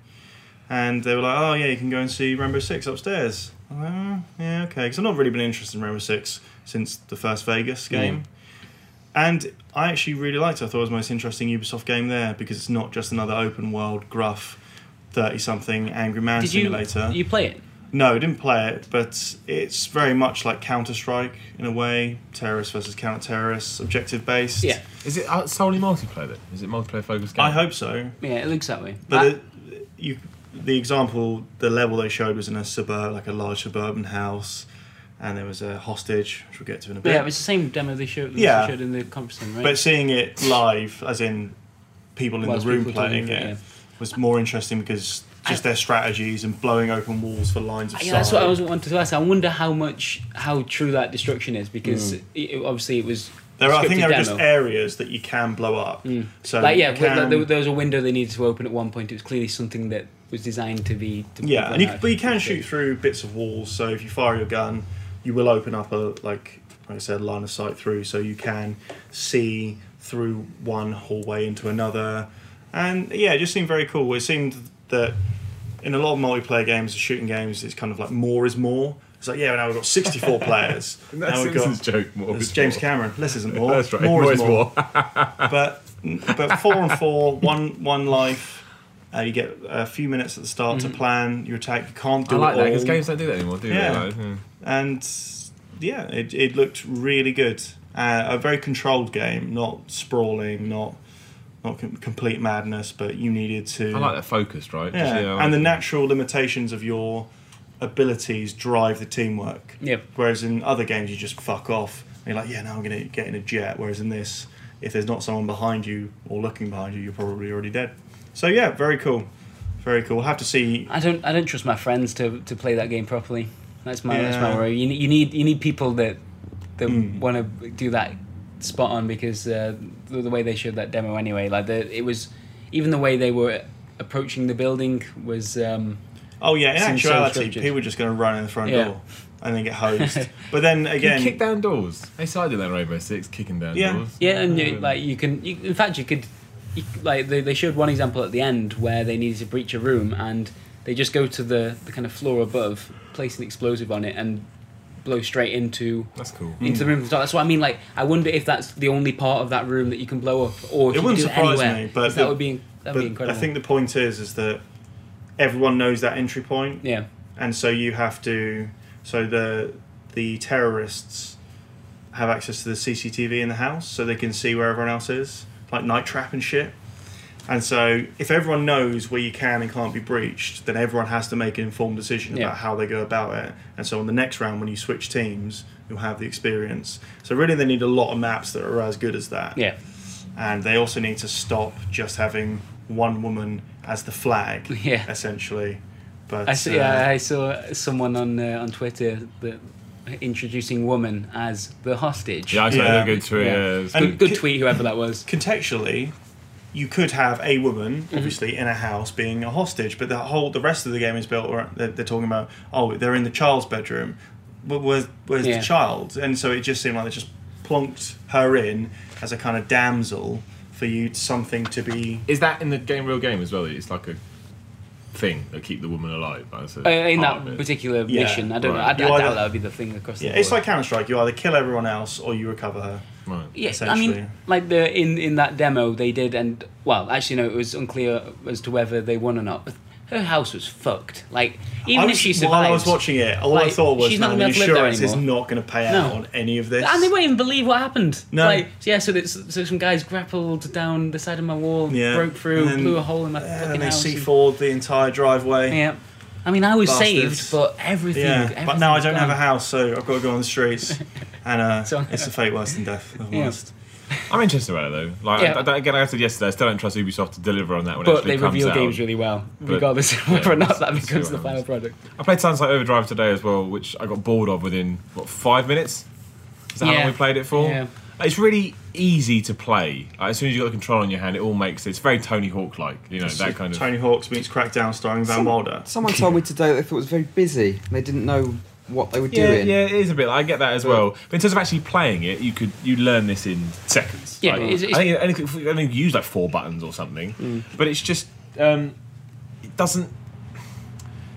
Speaker 6: And they were like, oh, yeah, you can go and see Rainbow Six upstairs. I'm like, "Oh, yeah, okay. Because I've not really been interested in Rainbow Six since the first Vegas
Speaker 1: Mm.
Speaker 6: game. And I actually really liked it. I thought it was the most interesting Ubisoft game there because it's not just another open world, gruff, 30 something Angry Man
Speaker 1: Did you
Speaker 6: simulator.
Speaker 1: you play it?
Speaker 6: No, I didn't play it, but it's very much like Counter Strike in a way terrorists versus counter terrorists, objective based.
Speaker 1: Yeah,
Speaker 4: Is it out- solely multiplayer then? Is it multiplayer focused game?
Speaker 6: I hope so.
Speaker 1: yeah, it looks that way. Uh,
Speaker 6: But
Speaker 1: I-
Speaker 6: it, you, the example, the level they showed was in a suburb, like a large suburban house, and there was a hostage, which we'll get to in a
Speaker 1: but
Speaker 6: bit.
Speaker 1: yeah, it's the same demo they showed, they
Speaker 6: Yeah.
Speaker 1: showed in the conference room, right?
Speaker 6: But seeing it live, as in people in
Speaker 1: Whilst
Speaker 6: the room
Speaker 1: people are doing
Speaker 6: playing
Speaker 1: it, yeah.
Speaker 6: it, was more interesting because just their strategies and blowing open walls for lines of
Speaker 1: Uh, Yeah, that's what I
Speaker 6: sight.
Speaker 1: was wanted to ask. I wonder how much, how true that destruction is because it, it- obviously it was.
Speaker 6: There are, I
Speaker 1: scripted
Speaker 6: think there are
Speaker 1: demo. Mm.
Speaker 6: just areas that you can blow up. So
Speaker 1: like yeah,
Speaker 6: you
Speaker 1: with- like,
Speaker 6: can-
Speaker 1: there, there was a window they needed to open at one point. It was clearly something that was designed to be. To be
Speaker 6: yeah, and you,
Speaker 1: allowed
Speaker 6: c- but you can
Speaker 1: to
Speaker 6: shoot through bits of walls. So if you fire your gun, you will open up a like, like I said, line of sight through, so you can see through one hallway into another. And yeah, it just seemed very cool. It seemed that in a lot of multiplayer games, shooting games, it's kind of like more is more. It's like yeah, now we've got sixty-four players.
Speaker 4: Isn't that
Speaker 6: now we've
Speaker 4: Simpsons joke more.
Speaker 6: It's
Speaker 4: is
Speaker 6: James
Speaker 4: more?
Speaker 6: Cameron. Less isn't more.
Speaker 4: That's right.
Speaker 6: More, is more.
Speaker 4: more.
Speaker 6: but but four on four, one one life. Uh, you get a few minutes at the start to plan your attack. You can't do
Speaker 4: Mm. I like
Speaker 6: it all.
Speaker 4: that because games don't do that anymore, do
Speaker 6: Yeah.
Speaker 4: they? Like, hmm.
Speaker 6: And yeah, it, it looked really good. Uh, a very controlled game, not sprawling, not not com- complete madness, but you needed to.
Speaker 4: I like that focused, right? Just,
Speaker 6: Yeah,
Speaker 4: I like
Speaker 6: and the
Speaker 4: it.
Speaker 6: natural limitations of your abilities drive the teamwork.
Speaker 1: Yep.
Speaker 6: Whereas in other games, you just fuck off. And you're like, yeah, now I'm gonna get in a jet. Whereas in this, if there's not someone behind you or looking behind you, you're probably already dead. So yeah, very cool, very cool. Have to see.
Speaker 1: do. I don't. I don't trust my friends to, to play that game properly. That's my that's my
Speaker 6: Yeah.
Speaker 1: worry. You, ne- you need you need people that that want to do that spot on because uh, the, the way they showed that demo anyway, like the, it was even the way they were approaching the building was. Um,
Speaker 6: Oh yeah, in
Speaker 1: Seems so
Speaker 6: actuality,
Speaker 1: structured.
Speaker 6: people are just gonna run in the front
Speaker 1: Yeah.
Speaker 6: door and then get hosed. but then
Speaker 4: You kick
Speaker 6: again,
Speaker 4: down doors. They started doing that in Rainbow Six, kicking down
Speaker 6: Yeah.
Speaker 4: doors.
Speaker 1: Yeah, and you,
Speaker 4: Mm.
Speaker 1: like you can, you, in fact, you could, you, like they, they showed one example at the end where they needed to breach a room and they just go to the, the kind of floor above, place an explosive on it, and blow straight into
Speaker 4: that's cool.
Speaker 1: into the
Speaker 6: Hmm.
Speaker 1: room from the top. That's what I mean. Like I wonder if that's the only part of that room that you can blow up, or if
Speaker 6: It
Speaker 1: you
Speaker 6: wouldn't
Speaker 1: could do
Speaker 6: surprise
Speaker 1: anywhere,
Speaker 6: me, but
Speaker 1: 'cause that
Speaker 6: the-
Speaker 1: would be that would
Speaker 6: but
Speaker 1: be incredible.
Speaker 6: I think the point is, is that everyone knows that entry point.
Speaker 1: yeah,
Speaker 6: and so you have to so the the terrorists have access to the CCTV in the house so they can see where everyone else is like night trap and shit and so if everyone knows where you can and can't be breached then everyone has to make an informed decision
Speaker 1: Yeah.
Speaker 6: about how they go about it and so on the next round when you switch teams you'll have the experience so really they need a lot of maps that are as good as that
Speaker 1: yeah,
Speaker 6: and they also need to stop just having one woman as the flag
Speaker 1: Yeah.
Speaker 6: essentially but
Speaker 1: I see.
Speaker 6: uh,
Speaker 1: yeah, I saw someone on uh, on Twitter that introducing woman as the hostage.
Speaker 4: Yeah, I saw
Speaker 6: Yeah.
Speaker 4: yeah. good to it.
Speaker 1: Yeah.
Speaker 4: Yeah, it's good.
Speaker 6: And-
Speaker 1: Good tweet, whoever that was.
Speaker 6: contextually you could have a woman
Speaker 1: Mhm.
Speaker 6: obviously in a house being a hostage but the whole the rest of the game is built around they're, they're talking about oh they're in the child's bedroom Wh- where's, where's
Speaker 1: Yeah.
Speaker 6: the child and so it just seemed like they just plonked her in as a kind of damsel for you something to be
Speaker 4: Is that in the game, real game as well? It's like a thing that keep the woman alive. Like,
Speaker 1: Uh, in that particular
Speaker 6: Oh, Yeah,
Speaker 1: mission, I don't know.
Speaker 4: right.
Speaker 1: I, I
Speaker 6: You
Speaker 1: doubt
Speaker 6: either-
Speaker 1: that would be the thing across
Speaker 6: yeah
Speaker 1: the
Speaker 6: it's
Speaker 1: board.
Speaker 6: like counter-strike you either kill everyone else or you recover her
Speaker 4: Right.
Speaker 1: yeah, I
Speaker 6: essentially.
Speaker 1: mean, like the in in that demo they did, and well, actually no, it was unclear as to whether they won or not. But her house was fucked. Like even
Speaker 6: I
Speaker 1: if
Speaker 6: was-
Speaker 1: she survives,
Speaker 6: while I was watching it all I
Speaker 1: like,
Speaker 6: thought was
Speaker 1: she's not
Speaker 6: man,
Speaker 1: gonna
Speaker 6: the
Speaker 1: be able to live there
Speaker 6: insurance is
Speaker 1: anymore."
Speaker 6: not going to pay out
Speaker 1: No.
Speaker 6: on any of this
Speaker 1: and they won't even believe what happened.
Speaker 6: No.
Speaker 1: Like, so yeah, so, that so some guys grappled down the side of my wall,
Speaker 6: Yeah.
Speaker 1: broke through,
Speaker 6: And then-
Speaker 1: blew a hole in my fucking
Speaker 6: Uh, and they
Speaker 1: house. and-
Speaker 6: c4 the entire driveway
Speaker 1: yeah, I mean, I was
Speaker 6: Bastards.
Speaker 1: saved, but everything.
Speaker 6: Yeah, but now I
Speaker 1: everything's
Speaker 6: don't have a
Speaker 1: gone.
Speaker 6: house, so I've got to go on the streets, and uh,
Speaker 1: So-
Speaker 6: it's a fate worse than death. I've
Speaker 1: Yeah.
Speaker 6: honest.
Speaker 4: I'm interested about it though. Like,
Speaker 1: Yeah.
Speaker 4: I, I, again, like I said yesterday, I still don't trust Ubisoft to deliver on that when it
Speaker 1: But
Speaker 4: actually
Speaker 1: they
Speaker 4: comes
Speaker 1: reveal
Speaker 4: out.
Speaker 1: games really well,
Speaker 4: But-
Speaker 1: regardless of whether or not
Speaker 4: let's-
Speaker 1: that
Speaker 4: let's see
Speaker 1: becomes
Speaker 4: what
Speaker 1: the final
Speaker 4: happens.
Speaker 1: product.
Speaker 4: I played Sunset Overdrive today as well, which I got bored of within what five minutes. Is that how
Speaker 1: Yeah.
Speaker 4: long we played it for?
Speaker 1: Yeah.
Speaker 4: It's really easy to play. Like, as soon as you got the control on your hand, it all makes it's very Tony Hawk like, you know, that kind of.
Speaker 6: Tony Hawk's meets Crackdown starring Van Wilder.
Speaker 3: Someone told me today that they thought it was very busy. and They didn't know what they were
Speaker 4: yeah,
Speaker 3: doing.
Speaker 4: yeah, it is a bit. I get that as well. But in terms of actually playing it, you could you learn this in seconds.
Speaker 1: Yeah,
Speaker 4: Like,
Speaker 1: it's- it's-
Speaker 4: I think I think, I think you use like four buttons or something.
Speaker 1: Mm.
Speaker 4: But it's just um, it doesn't.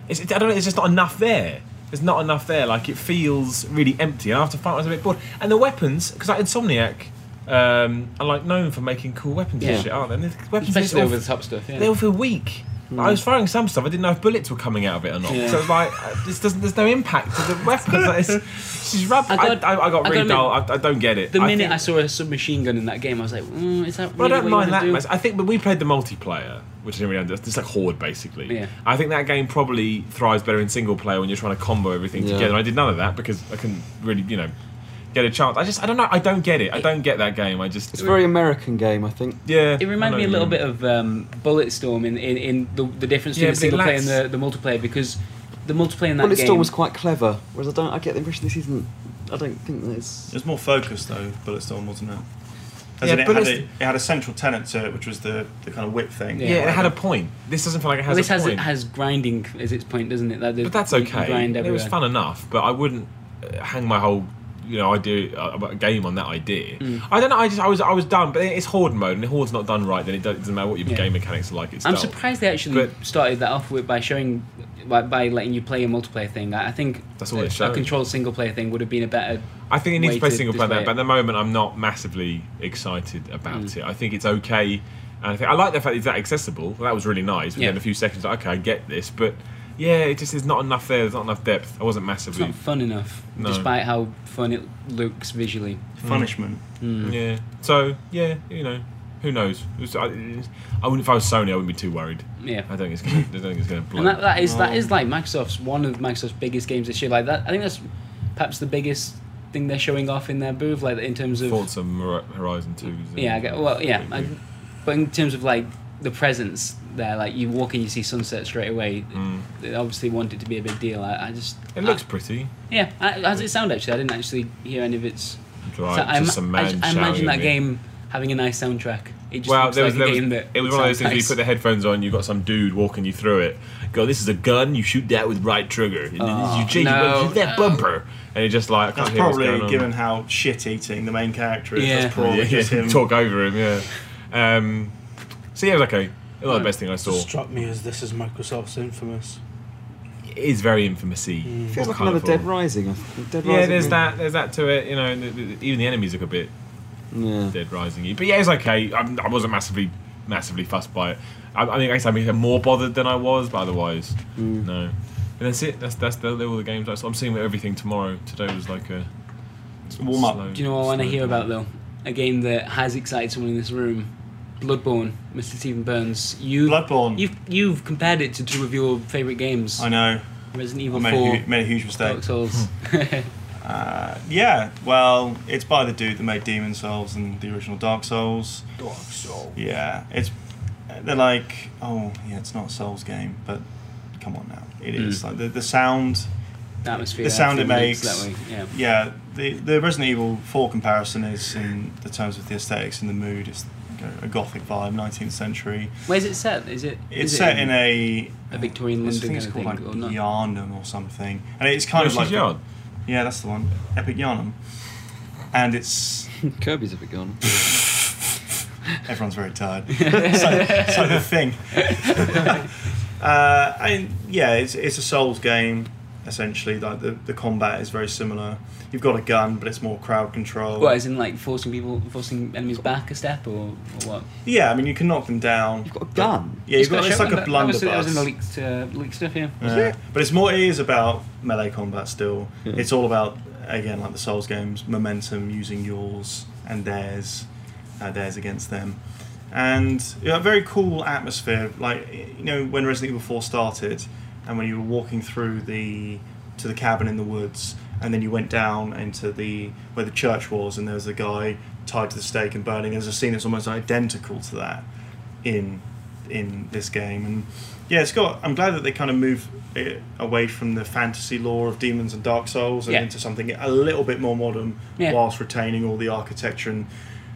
Speaker 4: It's, it, I don't know. It's just not enough there. There's not enough there. Like it feels really empty. And after fight, I was a bit bored. And the weapons, because like Insomniac. Um, are like known for making cool weapons
Speaker 1: Yeah.
Speaker 4: and shit, aren't they? And the weapons,
Speaker 1: Especially
Speaker 4: all-
Speaker 1: over the top stuff. Yeah.
Speaker 4: they all feel weak. I was firing some stuff. I didn't know if bullets were coming out of it or not.
Speaker 1: Yeah.
Speaker 4: So it's like, uh, this doesn't. There's no impact to the weapon. Like, it's, she's rub-
Speaker 1: I
Speaker 4: I got,
Speaker 1: got-
Speaker 4: I, I, got
Speaker 1: I
Speaker 4: really
Speaker 1: gotta
Speaker 4: dull. I, I don't get it.
Speaker 1: The minute
Speaker 4: think-
Speaker 1: I saw a submachine gun in that game, I was like, mm, "Is that?"
Speaker 4: Well,
Speaker 1: really
Speaker 4: I
Speaker 1: what you
Speaker 4: don't
Speaker 1: wanna
Speaker 4: mind that
Speaker 1: do?
Speaker 4: much. I think, but we played the multiplayer, which I didn't really understand. It's like Horde, basically.
Speaker 1: Yeah.
Speaker 4: I think that game probably thrives better in single player when you're trying to combo everything
Speaker 3: Yeah.
Speaker 4: together. I did none of that because I couldn't really, you know, get a chance. I just, I don't know. I don't get it. I don't get that game. I just,
Speaker 3: It's a very American game, I think.
Speaker 4: yeah.
Speaker 1: It reminded me a little bit of um, Bulletstorm in, in, in the, the difference between
Speaker 4: Yeah,
Speaker 1: the
Speaker 4: but it
Speaker 1: single player and the,
Speaker 4: lacks-
Speaker 1: the multiplayer because the multiplayer in that
Speaker 3: Bullet
Speaker 1: game
Speaker 3: Storm was quite clever, whereas I don't. I get the impression this isn't. I don't think that it's.
Speaker 6: was more focused though, Bulletstorm, wasn't it? As
Speaker 4: Yeah,
Speaker 6: in it, had a,
Speaker 4: Bullets-
Speaker 6: it had a central tenant to it, which was the, the kind of whip thing.
Speaker 4: Yeah, it had a point. This doesn't feel like it
Speaker 1: well,
Speaker 4: has
Speaker 1: this
Speaker 4: a
Speaker 1: has
Speaker 4: point.
Speaker 1: has grinding as its point, doesn't it? That the-
Speaker 4: but that's
Speaker 1: you can
Speaker 4: okay.
Speaker 1: Grind
Speaker 4: it was
Speaker 1: everywhere.
Speaker 4: fun enough, but I wouldn't uh, hang my whole you know idea uh, about a game on that idea.
Speaker 1: Mm.
Speaker 4: I don't know. I just I was I was done. But it's horde mode, and if horde's not done right, then it do- doesn't matter what your
Speaker 1: Yeah.
Speaker 4: game mechanics are like. It's
Speaker 1: I'm
Speaker 4: dull.
Speaker 1: surprised they actually
Speaker 4: But-
Speaker 1: started that off with by showing by, by letting you play a multiplayer thing. I I think
Speaker 4: That's all
Speaker 1: a,
Speaker 4: they showed.
Speaker 1: a controlled single player thing would have been a better.
Speaker 4: I think it needs
Speaker 1: way Mm.
Speaker 4: to play
Speaker 1: to
Speaker 4: single player,
Speaker 1: display
Speaker 4: but
Speaker 1: it.
Speaker 4: at the moment I'm not massively excited about it. I think it's okay, and I, think, I like the fact it's that accessible. That was really nice. We
Speaker 1: Yeah.
Speaker 4: had a few seconds. Like, okay, I get this, but yeah, it just is not enough there. There's not enough depth. I wasn't
Speaker 1: It's
Speaker 4: massively.
Speaker 1: not fun enough,
Speaker 4: Mm. No.
Speaker 1: despite how fun it looks visually. Mm.
Speaker 6: Punishment.
Speaker 4: Mm. Yeah. So yeah, you know, who knows? It was- I, I wouldn't. If I was Sony, I wouldn't be too worried.
Speaker 1: Yeah.
Speaker 4: I don't think it's gonna. I don't think it's gonna blow.
Speaker 1: And that, that is that is like Microsoft's one of Microsoft's biggest games this year. Like that, I think that's perhaps the biggest thing they're showing off in their booth. Like in terms of
Speaker 4: Forza Mor- Horizon Two. is-
Speaker 1: yeah, I get, well yeah, I, but in terms of like the presence there, like you walk in, you see sunset straight away.
Speaker 4: Mm.
Speaker 1: They obviously want it to be a big deal. I, I just
Speaker 4: It looks pretty
Speaker 1: I- yeah. I, how does it sound actually? I didn't actually hear any of its.
Speaker 4: dry.
Speaker 1: so I,
Speaker 4: just
Speaker 1: ima- I
Speaker 4: some man
Speaker 1: j- I
Speaker 4: shouting
Speaker 1: imagine
Speaker 4: at
Speaker 1: that
Speaker 4: me.
Speaker 1: game having a nice soundtrack. It just
Speaker 4: Well,
Speaker 1: looks
Speaker 4: there was,
Speaker 1: like
Speaker 4: there
Speaker 1: a
Speaker 4: was,
Speaker 1: game that
Speaker 4: it was one of those things
Speaker 1: sounds
Speaker 4: where you put the headphones on, you got some dude walking you through it. Go, this is a gun. You shoot that with right trigger. and
Speaker 1: Oh,
Speaker 4: you change
Speaker 1: no,
Speaker 4: you shoot that
Speaker 1: no.
Speaker 4: bumper, and you're just like, I can't
Speaker 6: That's
Speaker 4: hear what's going
Speaker 6: probably
Speaker 4: on.
Speaker 6: given how shit eating the main character is.
Speaker 1: Yeah.
Speaker 6: That's probably
Speaker 4: yeah,
Speaker 6: just him.
Speaker 4: talk over him. Yeah. Um, so yeah, it was okay. It was the best thing I saw.
Speaker 5: Struck me as this is Microsoft's infamous.
Speaker 4: It is very infamousy.
Speaker 6: Mm.
Speaker 3: Feels like another Dead Rising. I think. Dead
Speaker 4: Yeah,
Speaker 3: Rising
Speaker 4: there's
Speaker 3: really-
Speaker 4: that. There's that to it. You know, and the, the, even the enemies look a bit
Speaker 3: Yeah.
Speaker 4: Dead Rising. But yeah, it's okay. I, I wasn't massively, massively fussed by it. I, I mean, I guess I'm even more bothered than I was, but otherwise,
Speaker 3: Mm.
Speaker 4: no. And that's it. That's that's the, they're all the games I saw. I'm seeing everything tomorrow. Today was like a
Speaker 6: Warm up.
Speaker 4: slow-
Speaker 1: Do you know what I want to
Speaker 4: slow
Speaker 1: hear
Speaker 4: burn.
Speaker 1: about though? A game that has excited someone in this room, Bloodborne, Mr. Stephen Burns. You,
Speaker 6: Bloodborne.
Speaker 1: you've you've compared it to two of your favorite games,
Speaker 6: I know.
Speaker 1: Resident
Speaker 6: I
Speaker 1: Evil
Speaker 6: made a,
Speaker 1: Four,
Speaker 6: hu- made a huge mistake.
Speaker 1: Dark Souls.
Speaker 6: Hmm. Uh, yeah, well, it's by the dude that made Demon Souls and the original Dark Souls.
Speaker 4: Dark Souls.
Speaker 6: Yeah, it's they're like, oh yeah, it's not a Souls game, but come on now, it is
Speaker 1: Mm.
Speaker 6: like the, the sound.
Speaker 1: the atmosphere,
Speaker 6: The sound it
Speaker 1: everything looks
Speaker 6: makes.
Speaker 1: That way. Yeah.
Speaker 6: Yeah, the the Resident Evil Four comparison is in the terms of the aesthetics and the mood. It's like a, a gothic vibe, 19th century.
Speaker 1: Where's it set? Is it?
Speaker 6: It's
Speaker 1: is
Speaker 6: set
Speaker 1: it
Speaker 6: in a
Speaker 1: a Victorian
Speaker 6: I
Speaker 1: London
Speaker 6: think it's
Speaker 1: kind
Speaker 6: called
Speaker 1: of
Speaker 6: like
Speaker 1: thing, or not?
Speaker 6: Yarnum or something, and it's
Speaker 4: No,
Speaker 6: kind
Speaker 4: she's
Speaker 6: of like the-
Speaker 4: young.
Speaker 6: yeah, that's the one, Epic Yarnum, and it's
Speaker 3: Kirby's a bit gone.
Speaker 6: Everyone's very tired. it's, like, it's like the thing. uh, and yeah, it's, it's a Souls game essentially. Like the, the combat is very similar. You've got a gun, but it's more crowd control.
Speaker 1: What, as in like forcing people, forcing enemies back a step, or, or what?
Speaker 6: yeah, I mean you can knock them down.
Speaker 3: You've got a gun.
Speaker 6: Yeah, you've got, it's
Speaker 1: show-
Speaker 6: like a
Speaker 1: that was-
Speaker 6: blunderbuss.
Speaker 1: That was in the leaked, uh, leaked stuff here.
Speaker 6: Yeah. But it's more it is about melee combat still. It's all about again like the Souls games, momentum using yours and theirs, uh, theirs against them, and you know, a very cool atmosphere. Like you know when Resident Evil Four started, and when you were walking through the to the cabin in the woods, and then you went down into the where the church was, and there was a guy tied to the stake and burning. There's a scene that's almost identical to that in in this game and yeah it's got i'm glad that they kind of move it away from the fantasy lore of demons and dark souls and
Speaker 1: Yeah.
Speaker 6: into something a little bit more modern
Speaker 1: Yeah.
Speaker 6: whilst retaining all the architecture and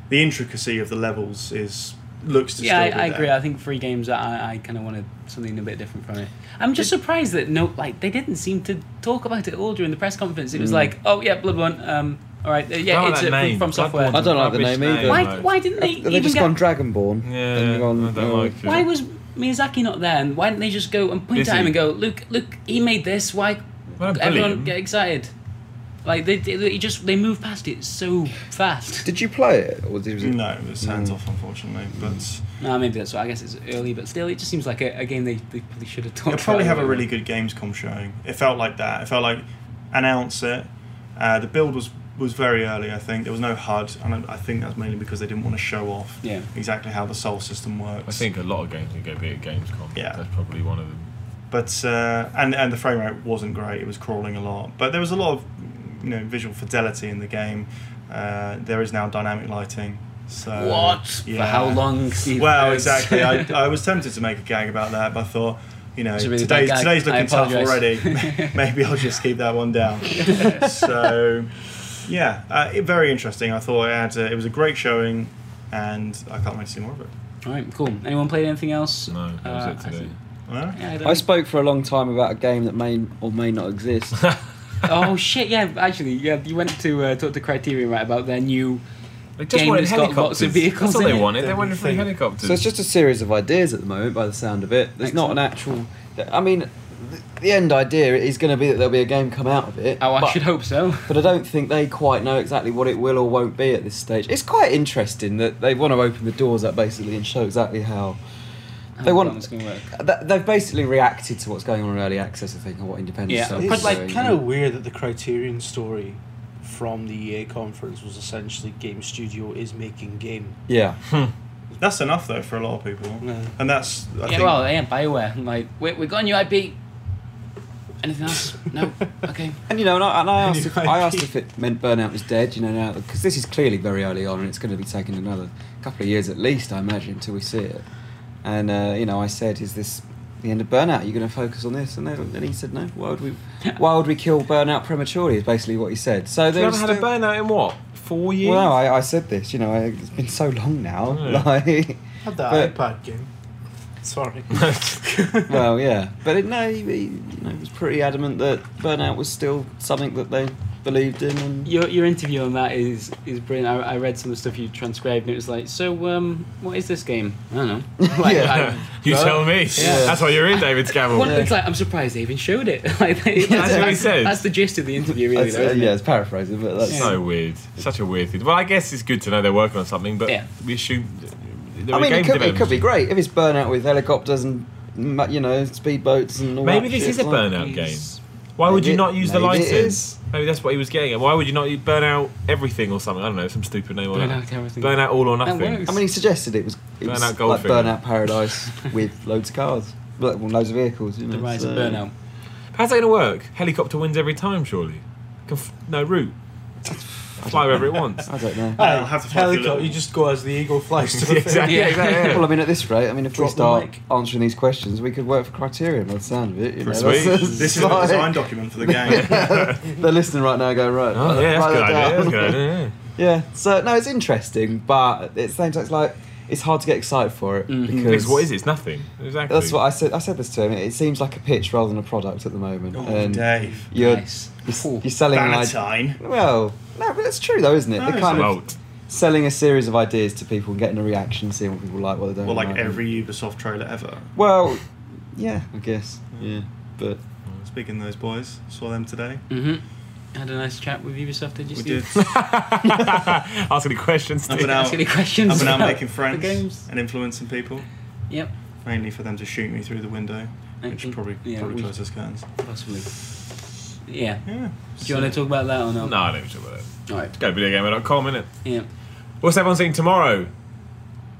Speaker 6: the intricacy of the levels is looks to
Speaker 1: Yeah, I,
Speaker 6: still be
Speaker 1: I
Speaker 6: there.
Speaker 1: agree. I think free games. I, I kind of wanted something a bit different from it. I'm just surprised that no, like they didn't seem to talk about it at all during the press conference. It was
Speaker 6: Hmm.
Speaker 1: like, oh yeah, Bloodborne. Um, all right, uh, yeah,
Speaker 4: Don't
Speaker 1: it's
Speaker 4: like
Speaker 1: uh,
Speaker 4: that
Speaker 1: from,
Speaker 4: name.
Speaker 1: from software.
Speaker 4: Bloodborne's
Speaker 3: I don't
Speaker 4: a
Speaker 3: like the
Speaker 4: rubbish
Speaker 3: name either.
Speaker 1: Why?
Speaker 4: mate.
Speaker 1: Why didn't they
Speaker 3: They've
Speaker 1: even
Speaker 3: just
Speaker 1: get?
Speaker 3: gone Dragonborn.
Speaker 4: Yeah,
Speaker 3: and gone,
Speaker 4: I don't
Speaker 3: oh,
Speaker 4: like it.
Speaker 1: why was Miyazaki not there? And why didn't they just go and point
Speaker 4: Is
Speaker 1: at him
Speaker 4: he?
Speaker 1: and go, look, look, he made this. Why?
Speaker 4: Well, don't bully
Speaker 1: everyone
Speaker 4: him.
Speaker 1: get excited. Like they, they, they just they move past it so fast.
Speaker 3: Did you play it? Or was it, was it
Speaker 6: no it was hands off unfortunately but
Speaker 1: No, maybe that's what I guess it's early, but still, it just seems like a, a game they, they probably should have talked.
Speaker 6: You'll probably
Speaker 1: about
Speaker 6: have a really good Gamescom showing. It felt like that. It felt like announce it. Uh, the build was was very early. I think there was no HUD, and I, I think that's mainly because they didn't want to show off
Speaker 1: Yeah.
Speaker 6: exactly how the Soul system works.
Speaker 4: I think a lot of games are going to be at Gamescom.
Speaker 6: Yeah.
Speaker 4: That's probably one of them.
Speaker 6: but uh, and and the frame rate wasn't great. It was crawling a lot, but there was a lot of you know visual fidelity in the game. Uh, there is now dynamic lighting. So
Speaker 1: What? For
Speaker 6: Yeah.
Speaker 1: how long? Steve?
Speaker 6: Well,
Speaker 1: It's-
Speaker 6: exactly. I, I was tempted to make a gag about that, but I thought, you know,
Speaker 1: It's a really
Speaker 6: today's,
Speaker 1: bad gag.
Speaker 6: today's
Speaker 1: I
Speaker 6: looking tough
Speaker 1: apologise.
Speaker 6: already. Maybe I'll just keep that one down. so, yeah, uh, it, very interesting. I thought it, had, uh, it was a great showing, and I can't wait to see more of it.
Speaker 1: All right, cool. Anyone played anything else?
Speaker 4: No, that was
Speaker 1: Uh,
Speaker 4: it today.
Speaker 6: Well,
Speaker 1: I see. Yeah, I don't-
Speaker 3: I spoke for a long time about a game that may or may not exist.
Speaker 1: oh shit! Yeah, actually, yeah, you went to uh, talk to Criterion right about their new.
Speaker 4: They just
Speaker 1: Game
Speaker 4: wanted
Speaker 1: that's got lots
Speaker 4: helicopters.
Speaker 1: of vehicles
Speaker 4: That's all
Speaker 1: in
Speaker 4: they
Speaker 1: it.
Speaker 4: wanted. They
Speaker 5: That'd
Speaker 4: wanted
Speaker 5: be
Speaker 4: free
Speaker 5: thing.
Speaker 4: helicopters.
Speaker 3: So it's just a series of ideas at the moment, by the sound of it. There's not an actual. I mean, th- the end idea is going to be that there'll be a game come out of it.
Speaker 1: Oh, I
Speaker 3: but,
Speaker 1: should hope so.
Speaker 3: But I don't think they quite know exactly what it will or won't be at this stage. It's quite interesting that they want to open the doors up basically and show exactly how. They
Speaker 1: Oh,
Speaker 3: want-
Speaker 1: that was gonna work.
Speaker 3: th- They've basically reacted to what's going on in early access, I think, or what independent
Speaker 1: Yeah,
Speaker 3: stuff
Speaker 1: But
Speaker 5: It's
Speaker 3: is
Speaker 5: like
Speaker 3: doing.
Speaker 5: kind of weird that the Criterion story from the EA conference was essentially game studio is making game.
Speaker 3: Yeah.
Speaker 6: that's enough, though, for a lot of people.
Speaker 5: No.
Speaker 6: And that's, I
Speaker 1: yeah,
Speaker 6: think,
Speaker 1: well, yeah, Bioware. Like, we we got a new IP. Anything else? No. Okay.
Speaker 3: And you know, and I, and I
Speaker 6: And
Speaker 3: asked,
Speaker 6: you
Speaker 3: if, I
Speaker 6: might
Speaker 3: asked
Speaker 6: be-
Speaker 3: if it meant burnout was dead. You know, now because this is clearly very early on, and it's going to be taking another couple of years at least, I imagine, until we see it. And uh, you know, I said, "Is this the end of burnout? Are you going to focus on this?" And, they, and he said, "No. Why would we? Why would we kill burnout prematurely?" Is basically what he said. So
Speaker 4: They haven't
Speaker 3: there's
Speaker 4: had a
Speaker 3: still-
Speaker 4: burnout in what? Four years? Oh,
Speaker 3: Well, no, I, I said this. You know, I, it's been so long now.
Speaker 4: Yeah.
Speaker 3: Like,
Speaker 5: Had
Speaker 3: But-
Speaker 5: that iPad game. Sorry.
Speaker 3: well, yeah. But it, no, he, he, you know, was pretty adamant that burnout was still something that they believed in. And
Speaker 1: Your, your interview on that is is brilliant. I, I read some of the stuff you transcribed, and it was like, so um, what is this game? I don't know. Like,
Speaker 3: Yeah.
Speaker 4: you tell me.
Speaker 3: Yeah.
Speaker 4: That's why you're in David
Speaker 1: I,
Speaker 4: Scammell.
Speaker 1: well, it's like I'm surprised they even showed it. like, that's,
Speaker 4: what he said.
Speaker 1: That's the gist of the interview, really.
Speaker 3: That's-
Speaker 1: though,
Speaker 3: uh,
Speaker 1: isn't
Speaker 3: yeah,
Speaker 1: it?
Speaker 3: it's paraphrasing, but that's
Speaker 4: So weird. Such a weird thing. Well, I guess it's good to know they're working on something, but
Speaker 1: Yeah.
Speaker 4: we assume.
Speaker 3: I mean, it could, be, it could be great if it's burnout with helicopters and m- you know speedboats and all
Speaker 4: Maybe
Speaker 3: that
Speaker 4: this
Speaker 3: shit,
Speaker 4: is a
Speaker 3: like-
Speaker 4: burnout game. Why would
Speaker 3: Maybe
Speaker 4: you
Speaker 3: it-
Speaker 4: not use the
Speaker 3: maybe it
Speaker 4: license? Maybe that's what he was getting at. Why would you not u- burn out everything or something? I don't know, some stupid name or
Speaker 1: Burn
Speaker 4: that.
Speaker 1: out everything.
Speaker 4: Burn out all or
Speaker 1: That
Speaker 4: nothing.
Speaker 3: I mean, he suggested it was, it was
Speaker 4: Burnout
Speaker 3: like
Speaker 4: Goldfinger.
Speaker 3: burnout paradise with loads of cars, like, well, loads of vehicles. You know,
Speaker 1: The rise
Speaker 3: so-
Speaker 1: of burnout.
Speaker 4: How's that going to work? Helicopter wins every time, surely. Can f- no route. Fly wherever it wants.
Speaker 3: I don't know.
Speaker 6: I'll have to fly through
Speaker 5: Helicopter,
Speaker 6: little-
Speaker 5: you just go as the eagle flies to
Speaker 4: Yeah,
Speaker 5: the thing.
Speaker 4: exactly.
Speaker 1: Yeah.
Speaker 4: exactly, yeah.
Speaker 3: Well, I mean, at this rate, I mean, if
Speaker 5: Drop
Speaker 3: we
Speaker 5: the
Speaker 3: start
Speaker 5: mic.
Speaker 3: answering these questions, we could work for Criterion. By the sound of it, you know,
Speaker 4: Sweet.
Speaker 3: that's-
Speaker 6: This is the
Speaker 3: like-
Speaker 6: design document for the game.
Speaker 3: They're listening right now, going right.
Speaker 4: Oh,
Speaker 3: write
Speaker 4: yeah, that's a
Speaker 3: that
Speaker 4: good idea.
Speaker 3: down.
Speaker 4: That's a good idea. yeah.
Speaker 3: Yeah. So no, it's interesting, but at the same time, it's like it's hard to get excited for it
Speaker 1: Mm-hmm.
Speaker 3: because
Speaker 4: Because what is it? It's nothing. Exactly.
Speaker 3: That's what I said. I said this to him. It seems like a pitch rather than a product at the moment.
Speaker 6: oh,
Speaker 3: and
Speaker 6: Dave.
Speaker 3: you're
Speaker 1: Nice.
Speaker 3: you're, s-
Speaker 1: Ooh.
Speaker 3: you're selling an idea.
Speaker 6: Valentine.
Speaker 3: Well, no, but that's true though, isn't it?
Speaker 6: No,
Speaker 3: They're
Speaker 6: it's
Speaker 3: kind of
Speaker 4: Bolt.
Speaker 3: selling a series of ideas to people, and getting a reaction, seeing what people like, what they don't.
Speaker 6: Well, like
Speaker 3: like.
Speaker 6: every Ubisoft trailer ever.
Speaker 3: Well, yeah, I guess. Yeah, but
Speaker 6: Speaking of those boys, saw them today.
Speaker 1: Mm-hmm. Had a nice chat with Ubisoft. Did you
Speaker 6: We
Speaker 1: see?
Speaker 6: did.
Speaker 4: Ask any questions,
Speaker 6: Up
Speaker 4: Steve.
Speaker 6: and out.
Speaker 1: Ask any questions?
Speaker 6: I've been out
Speaker 1: about
Speaker 6: making
Speaker 1: The
Speaker 6: friends
Speaker 1: games.
Speaker 6: and influencing people,
Speaker 1: Yep.
Speaker 6: mainly for them to shoot me through the window, which
Speaker 1: Okay.
Speaker 6: probably
Speaker 1: Yeah,
Speaker 6: probably
Speaker 1: we-
Speaker 6: closes curtains.
Speaker 1: Possibly. Yeah.
Speaker 6: Yeah.
Speaker 1: Do you want to talk about that or not?
Speaker 4: No, I don't know about it.
Speaker 1: All right.
Speaker 4: Go to videogamer.com, innit?
Speaker 1: Yeah.
Speaker 4: What's everyone seeing tomorrow?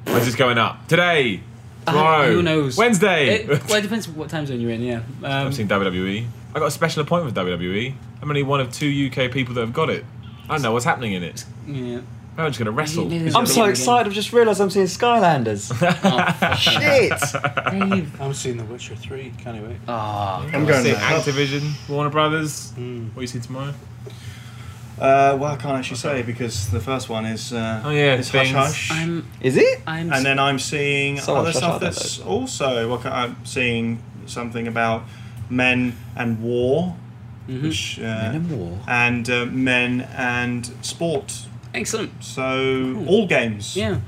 Speaker 4: Where's this going up? Today! Tomorrow!
Speaker 1: Uh, who knows?
Speaker 4: Wednesday!
Speaker 1: It, well, it depends what time zone you're in. Yeah. Um,
Speaker 4: I'm seeing WWE. E. I got a special appointment with WWE. I'm only one of two UK people that have got it. I don't know what's happening in it.
Speaker 1: yeah.
Speaker 4: I'm just going to wrestle.
Speaker 1: Neither-
Speaker 3: I'm
Speaker 1: neither-
Speaker 3: so excited. I've just realised I'm seeing Skylanders. Shit.
Speaker 1: Dave.
Speaker 5: I'm seeing The Witcher 3, can't I wait?
Speaker 1: Ah.
Speaker 6: I'm
Speaker 4: I'm
Speaker 6: going
Speaker 4: seeing
Speaker 6: to
Speaker 4: Activision, Warner Brothers.
Speaker 5: Hmm.
Speaker 4: What are you seeing tomorrow?
Speaker 6: Uh, well, I can't actually say because the first one is uh,
Speaker 4: Oh, yeah,
Speaker 6: is hush
Speaker 4: things.
Speaker 6: hush,
Speaker 1: I'm.
Speaker 3: Is it?
Speaker 1: I'm.
Speaker 6: and then I'm seeing
Speaker 3: So
Speaker 6: other
Speaker 3: Hush Hush
Speaker 6: stuff
Speaker 3: are there,
Speaker 6: that's also. Well, I'm seeing something about men and war,
Speaker 1: Mm-hmm.
Speaker 6: which uh,
Speaker 3: war.
Speaker 6: and uh, men and sport.
Speaker 1: excellent.
Speaker 6: So all games.
Speaker 1: Yeah.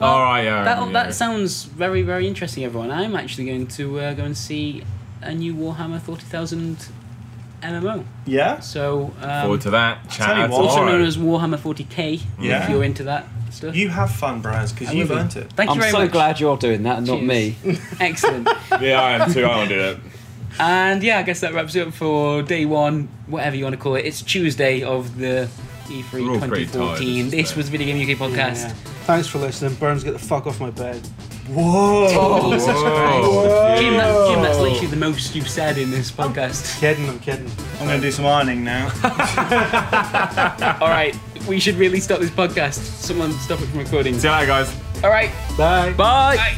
Speaker 4: All right, yeah,
Speaker 1: That,
Speaker 4: yeah.
Speaker 1: that sounds very, very interesting, everyone. I'm actually going to uh, go and see a new Warhammer 40,000 MMO.
Speaker 6: Yeah.
Speaker 1: So, um,
Speaker 4: Forward to that. Chat
Speaker 6: tell you
Speaker 4: out
Speaker 6: what.
Speaker 4: tomorrow.
Speaker 1: also known as Warhammer 40k,
Speaker 6: Yeah.
Speaker 1: if you're into that. stuff.
Speaker 6: You have fun, Braz, because
Speaker 1: I
Speaker 6: you've
Speaker 1: will be.
Speaker 6: earned it.
Speaker 1: Thank
Speaker 3: I'm
Speaker 1: you very
Speaker 3: so
Speaker 1: much.
Speaker 3: glad you're doing that and not me.
Speaker 1: Cheers. Excellent.
Speaker 4: yeah, I am too. I want to do that.
Speaker 1: And yeah, I guess that wraps it up for day one, whatever you want to call it. It's Tuesday of the E E3
Speaker 4: We're all pretty tired,
Speaker 1: 2014.
Speaker 4: it's
Speaker 1: This
Speaker 4: just
Speaker 1: was Video Game UK podcast.
Speaker 5: Yeah. Thanks for listening. Burns, get the fuck off my bed.
Speaker 6: Whoa!
Speaker 1: Jesus Christ.
Speaker 4: Whoa.
Speaker 1: Jim, that, Jim, that's literally the most you've said in this podcast.
Speaker 5: Kidding, I'm kidding.
Speaker 6: I'm going to do some ironing now.
Speaker 1: All right, we should really stop this podcast. Someone stop it from recording.
Speaker 4: See you later, guys.
Speaker 1: All right,
Speaker 5: Bye.
Speaker 1: bye.